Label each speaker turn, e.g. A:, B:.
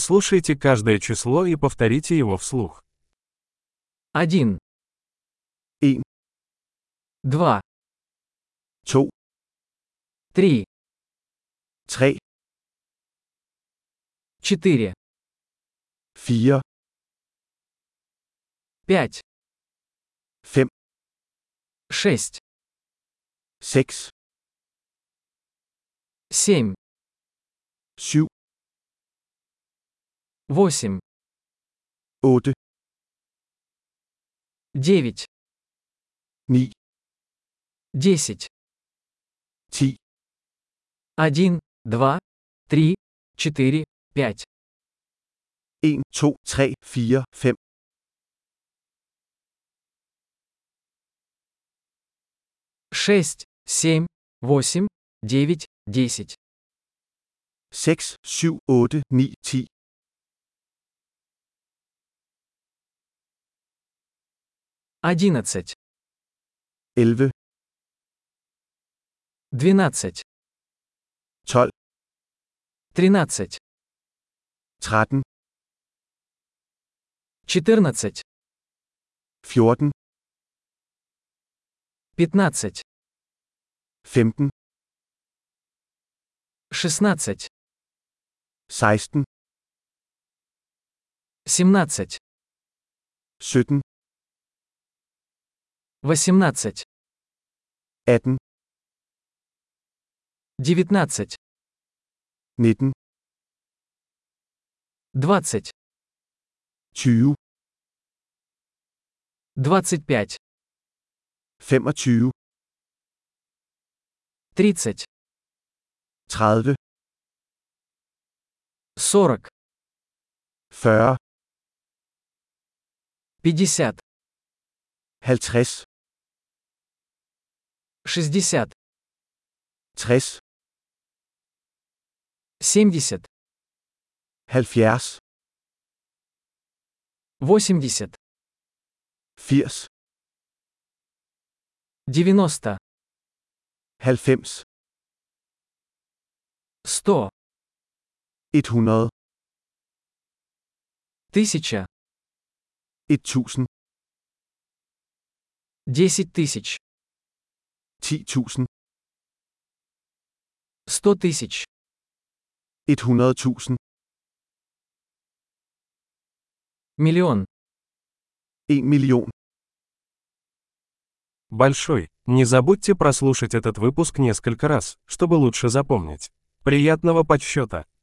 A: Прослушайте каждое число и повторите его вслух.
B: Один.
C: En.
B: Два.
C: 2,
B: Три.
C: 3,
B: Четыре.
C: 4,
B: Пять.
C: 5,
B: Шесть.
C: 6,
B: Семь.
C: 7,
B: Восемь.
C: 8,
B: Девять.
C: 9,
B: Десять.
C: 10,
B: Один. Два. Три. Четыре. Пять.
C: 1, 2, 3, 4, 5,
B: Шесть. Семь. Восемь. Девять. Десять.
C: 6, 7, 8, 9, 10,
B: Одиннадцать.
C: 11,
B: Двенадцать.
C: 12,
B: Тринадцать.
C: 13,
B: Четырнадцать.
C: 14,
B: Пятнадцать.
C: 15,
B: Шестнадцать.
C: 16,
B: Семнадцать.
C: 17,
B: Восемнадцать.
C: 18,
B: Девятнадцать.
C: 19,
B: Двадцать.
C: 20,
B: Двадцать пять.
C: 25,
B: Тридцать.
C: 30,
B: Сорок.
C: 40,
B: Пятьдесят.
C: 50,
B: Шестьдесят.
C: 60,
B: Семьдесят.
C: 70,
B: Восемьдесят.
C: 80,
B: Девяносто.
C: 90,
B: Сто.
C: 100,
B: Тысяча.
C: 1000,
B: Десять тысяч.
C: 10.000,
B: Сто тысяч.
C: 100.000,
B: Миллион.
C: 1 million.
A: Большой. Не забудьте прослушать этот выпуск несколько раз, чтобы лучше запомнить. Приятного подсчета!